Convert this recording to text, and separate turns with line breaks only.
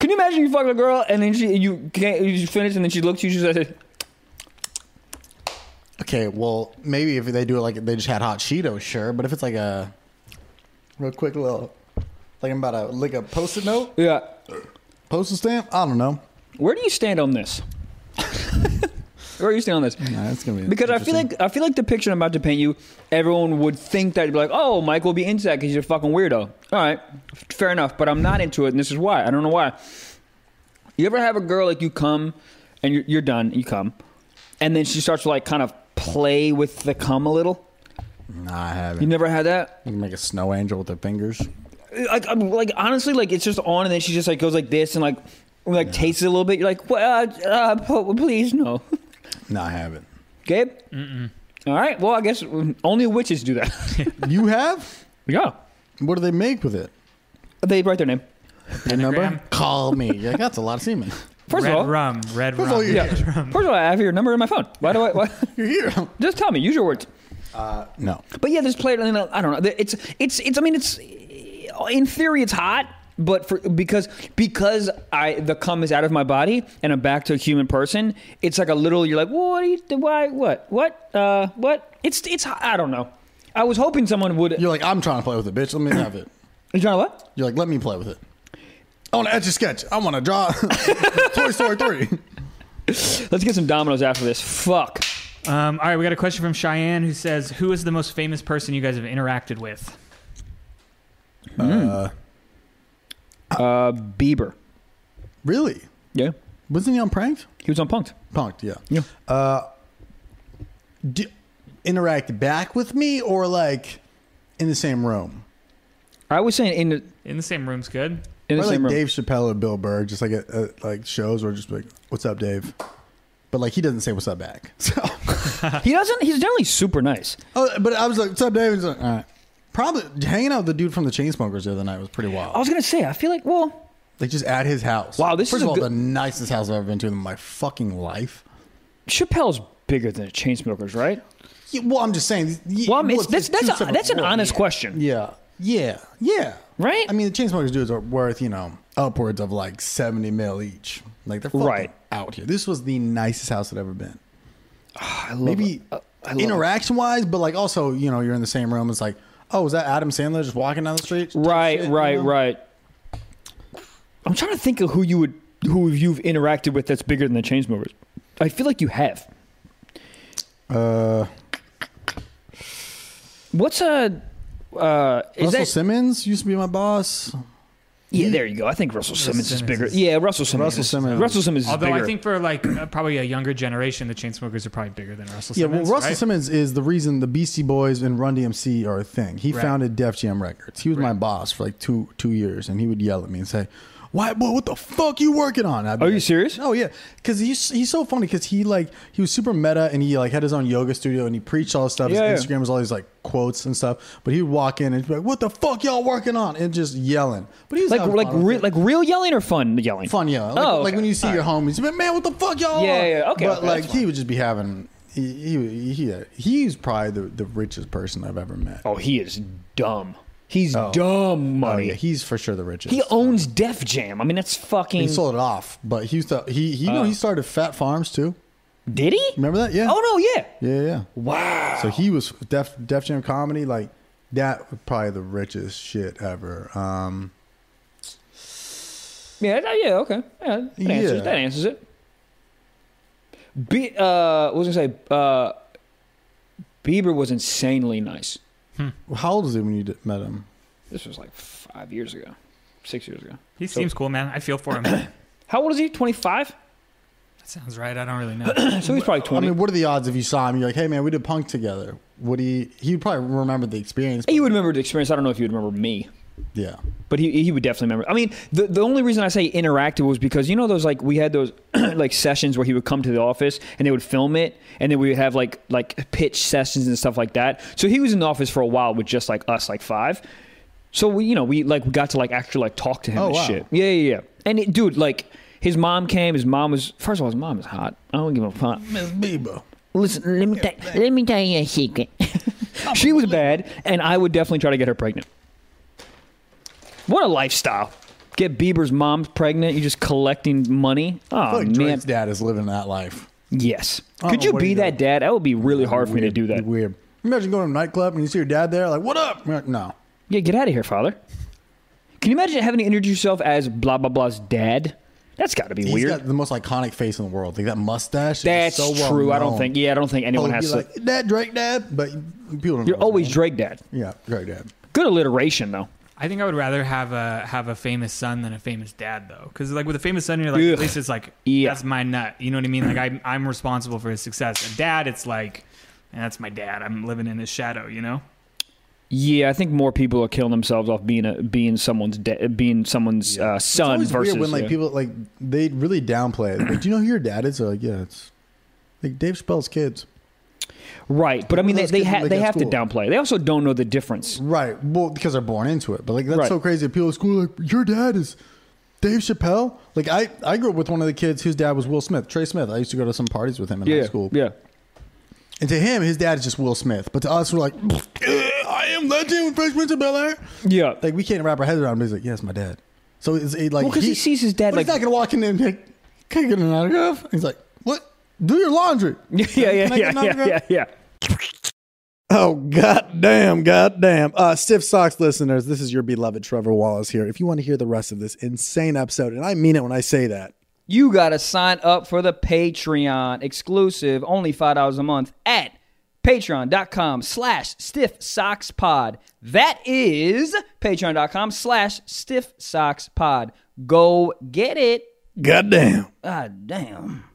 Can you imagine you fucking a girl and then she you can't you finish and then she looks at you she says,
Okay, well, maybe if they do it like they just had hot Cheetos, sure. But if it's like a real quick little, like I'm about to lick a post-it note,
"Yeah,
postal stamp, I don't know.
where do you stand on this? where do you stand on this?"
Nah, that's gonna be
Because I feel like I feel like the picture I'm about to paint you, everyone would think that you'd be like, "Oh, Mike will be into that because he's a fucking weirdo." All right, fair enough. But I'm not into it, and this is why. I don't know why. You ever have a girl like you come, and you're, you're done. You come, and then she starts to like kind of play with the cum a little.
nah, I haven't.
You never had that?
you can make a snow angel with their fingers.
like I'm, like honestly like it's just on and then she just like goes like this and like like tastes it a little bit you're like well uh, uh, po- please no
No, I haven't.
Gabe all right well I guess only witches do that
You have?
yeah
What do they make with it?
they write their name
Your number?
Pentagram.
Call me. You're like, that's a lot of semen.
first
red
of all
rum, red
First
rum.
of all, you-
yeah first of all I have your number in my phone why do I why?
You're here.
just tell me use your words
Uh, no.
but yeah just play it and then, I don't know it's it's it's I mean it's in theory it's hot but for because because I the cum is out of my body and I'm back to a human person, it's like a little. You're like, what? Are you, why? What? What? Uh, what? It's it's. I don't know. I was hoping someone would.
You're like, I'm trying to play with it, bitch. Let me have it.
You trying to what?
You're like, let me play with it. I want to etch a sketch. I want to draw Toy Story 3.
Let's get some dominoes after this. Fuck.
Um, all right, we got a question from Cheyenne who says, "Who is the most famous person you guys have interacted with?"
Uh,
Uh, Bieber.
really?
Yeah,
Wasn't he on Pranked?
he was on Punked.
Punked, yeah.
Yeah.
Uh, do, interact back with me or like in the same room?
I was saying in the
In the same room's good.
in the
Or like
same room.
Dave Chappelle and Bill Burr, just like at, at like shows where just like, what's up, Dave? But like he doesn't say what's up back. So,
He doesn't. He's generally super nice.
oh, but I was like, what's up, Dave? He's like, all right. Probably hanging out with the dude from the Chainsmokers the other night was pretty wild.
I was gonna say. I feel like well.
Like just at his house.
Oh. Wow, this
First
is a
of all
good-
the nicest house I've ever been to in my fucking life.
Chappelle's bigger than Chainsmokers, right?
Yeah, well, I'm just saying. yeah,
Well, I mean,
well,
it's, that's
two
that's a,
separate
that's an
worlds.
honest question.
Yeah, yeah, yeah.
Right?
I mean, the Chainsmokers dudes are worth you know upwards of like seventy mil each. Like they're fucking
Right.
out here. This was the nicest house I'd ever been.
Ah, I love
Maybe
it. Uh, I love it.
interaction wise, but like also you know you're in the same room. It's like, oh, is that Adam Sandler just walking down the street?
Right,
Shit, you
right,
know?
right. I'm trying to think of who you would who you've interacted with that's bigger than the Chainsmokers. I feel like you have.
Uh,
What's a uh, is
Russell
that
Simmons used to be my boss.
yeah? There you go. I think Russell Simmons, is
Simmons
bigger.
is-
yeah, Russell Simmons.
Russell
is-
Simmons.
Russell Simmons is
Although
bigger.
I think for like uh, probably a younger generation, the Chainsmokers are probably bigger than Russell
Yeah, well,
Simmons.
Russell
right?
Simmons is the reason the Beastie Boys and Run DMC are a thing. He
Right.
founded Def Jam Records. He was my boss for like two two years, and he would yell at me and say, "White boy, what the fuck you working on?" I'd be
Are you
like,
serious?
Oh yeah, because he's he's so funny because he like he was super meta and he like had his own yoga studio and he preached all this stuff.
Yeah, yeah.
his Instagram was all these like quotes and stuff. But he'd walk in and he'd be like, "What the fuck y'all working on?" and just yelling. But he was
like
having
like
fun with
real
it.
like real yelling or fun yelling.
fun yelling. Like,
Oh,
like
okay.
when you see
All
your homies, you're like, man, what the fuck y'all?
Yeah,
on?"
yeah, yeah. Okay,
But
okay,
like
that's fine.
he would just be having. He, he, he, he's probably the, the richest person I've ever met.
Oh, he is dumb. He's dumb
Oh,
money.
yeah, he's for sure the richest.
he owns Def Jam. I mean, that's fucking.
he sold it off, but he th- he he you know he started Fat Farms too.
Did he?
Remember that? Yeah.
Uh. Oh no, yeah.
Yeah, yeah.
Wow.
So he was Def Def Jam comedy like that was probably the richest shit ever. Um,
Yeah, that- yeah, okay. Yeah, that answers,
Yeah.
that answers it. Be, uh, what was I gonna say? Uh, Bieber was insanely nice.
how old was he when you d- met him?
This was like five years ago, six years ago.
He seems cool, man. I feel for him. that
How old is he? Twenty five.
sounds right. I don't really know.
So he's probably twenty.
I mean, what are the odds if you saw him? You're like, hey man, we did punk together. Would he? He'd probably remember the experience.
he would remember the experience. I don't know if he would remember me,
yeah.
but he he would definitely remember. I mean, the the only reason I say interactive was because you know those like we had those like sessions where he would come to the office and they would film it, and then we would have like like pitch sessions and stuff like that. So he was in the office for a while with just like us, like five. So we, you know, we like we got to like actually like talk to him
Oh,
and
wow.
shit. Yeah, yeah, yeah. And it, dude, like his mom came. His mom was first of all, his mom is hot. I don't give a fuck.
Miss Bieber.
Listen, let me tell let me tell you a secret. she was bad, and I would definitely try to get her pregnant. What a lifestyle! Get Bieber's mom's pregnant. You're just collecting money.
I
Oh
feel like
man,
Drake's dad is living that life.
yes.
I
Could
don't
you
know what
be
he
that
does.
dad? That would be really hard for me to do that.
Weird. Imagine going to a nightclub and you see your dad there, like, "What up?" You're like, no.
Yeah, get out of here, father. Can you imagine having to introduce yourself as blah blah blah's dad? That's got to be
He's
weird.
got the most iconic face in the world. Like that mustache. is
That's
so well
true. I don't
known.
think. Yeah, I don't think anyone
People
has
be
to.
like, Dad, Drake, Dad, but people don't.
you're
know his
always
name.
Drake dad.
yeah, Drake, Dad.
Good alliteration though.
I think I would rather have a have a famous son than a famous dad though, because like with a famous son, you're like
Ugh.
at least it's like
Yeah.
that's my nut. You know what I mean? Like I'm I'm responsible for his success. A dad, it's like "Eh, that's my dad. I'm living in his shadow. You know?
Yeah, I think more people are killing themselves off being a being someone's da- being someone's uh,
It's
son
always
versus
weird when like
yeah.
people like they really downplay it. Like, do you know who your dad is? They're like, yeah, it's like Dave Chappelle's kids.
right. But I mean, they
those
they,
kids
ha-
make
they
it at
have to
school.
downplay. They also don't know the difference.
Right. Well, because they're born into it. But like that's
Right.
so crazy. People at school are like your dad is Dave Chappelle. Like I, I grew up with one of the kids whose dad was Will Smith, Trey Smith. I used to go to some parties with him in high
Yeah,
school.
yeah.
And to him, his dad is just Will Smith. But to us, we're like, I am legend with Fresh Prince of Bel Air.
Yeah,
Like we can't wrap our heads around. Him. He's like, yes, my dad. So it's it, like
Well, 'cause he sees his dad,
But he's
like-
not gonna walk in there and be like, can I get an autograph? He's like, what? Do your laundry.
yeah, yeah,
Can
yeah,
I get an
yeah, yeah,
autograph?
yeah, yeah.
Oh goddamn, goddamn! Uh, Stiff socks listeners, this is your beloved Trevor Wallace here. If you want to hear the rest of this insane episode, and I mean it when I say that,
you gotta sign up for the patreon exclusive only $5 a month at patreon.com slash stiff socks pod that is patreon.com slash stiff socks pod go get it
goddamn.
god damn